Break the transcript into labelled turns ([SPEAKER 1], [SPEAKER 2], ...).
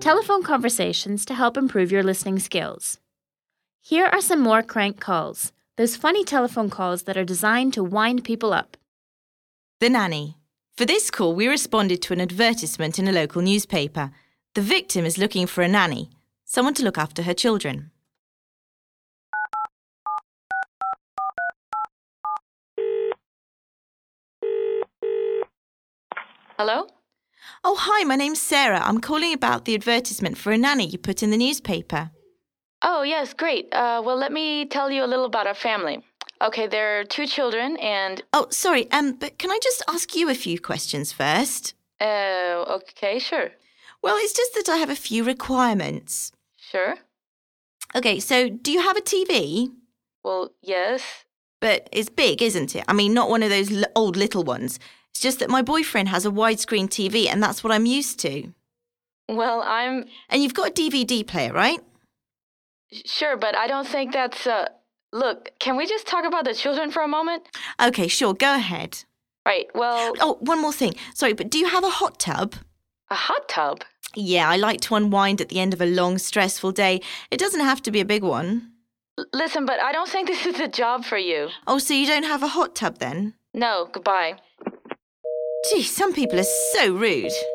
[SPEAKER 1] Telephone conversations to help improve your listening skills. Here are some more crank calls, those funny telephone calls that are designed to wind people up.
[SPEAKER 2] The nanny. For this call, we responded to an advertisement in a local newspaper. The victim is looking for a nanny, someone to look after her children.
[SPEAKER 3] Hello?
[SPEAKER 2] Oh, hi, my name's Sarah. I'm calling about the advertisement for a nanny you put in the newspaper.
[SPEAKER 3] Oh, yes, great. Uh, well, let me tell you a little about our family. Okay, there are two children and.
[SPEAKER 2] Oh, sorry, um, but can I just ask you a few questions first?
[SPEAKER 3] Uh, okay, sure.
[SPEAKER 2] Well, it's just that I have a few requirements.
[SPEAKER 3] Sure.
[SPEAKER 2] Okay, so do you have a TV?
[SPEAKER 3] Well, yes.
[SPEAKER 2] But it's big, isn't it? I mean, not one of those l- old little ones. It's just that my boyfriend has a widescreen TV and that's what I'm used to.
[SPEAKER 3] Well, I'm.
[SPEAKER 2] And you've got a DVD player, right?
[SPEAKER 3] Sure, but I don't think that's. Uh... Look, can we just talk about the children for a moment?
[SPEAKER 2] Okay, sure, go ahead.
[SPEAKER 3] Right, well.
[SPEAKER 2] Oh, one more thing. Sorry, but do you have a hot tub?
[SPEAKER 3] A hot tub?
[SPEAKER 2] Yeah, I like to unwind at the end of a long, stressful day. It doesn't have to be a big one.
[SPEAKER 3] L- listen, but I don't think this is the job for you.
[SPEAKER 2] Oh, so you don't have a hot tub then?
[SPEAKER 3] No, goodbye.
[SPEAKER 2] Gee, some people are so rude.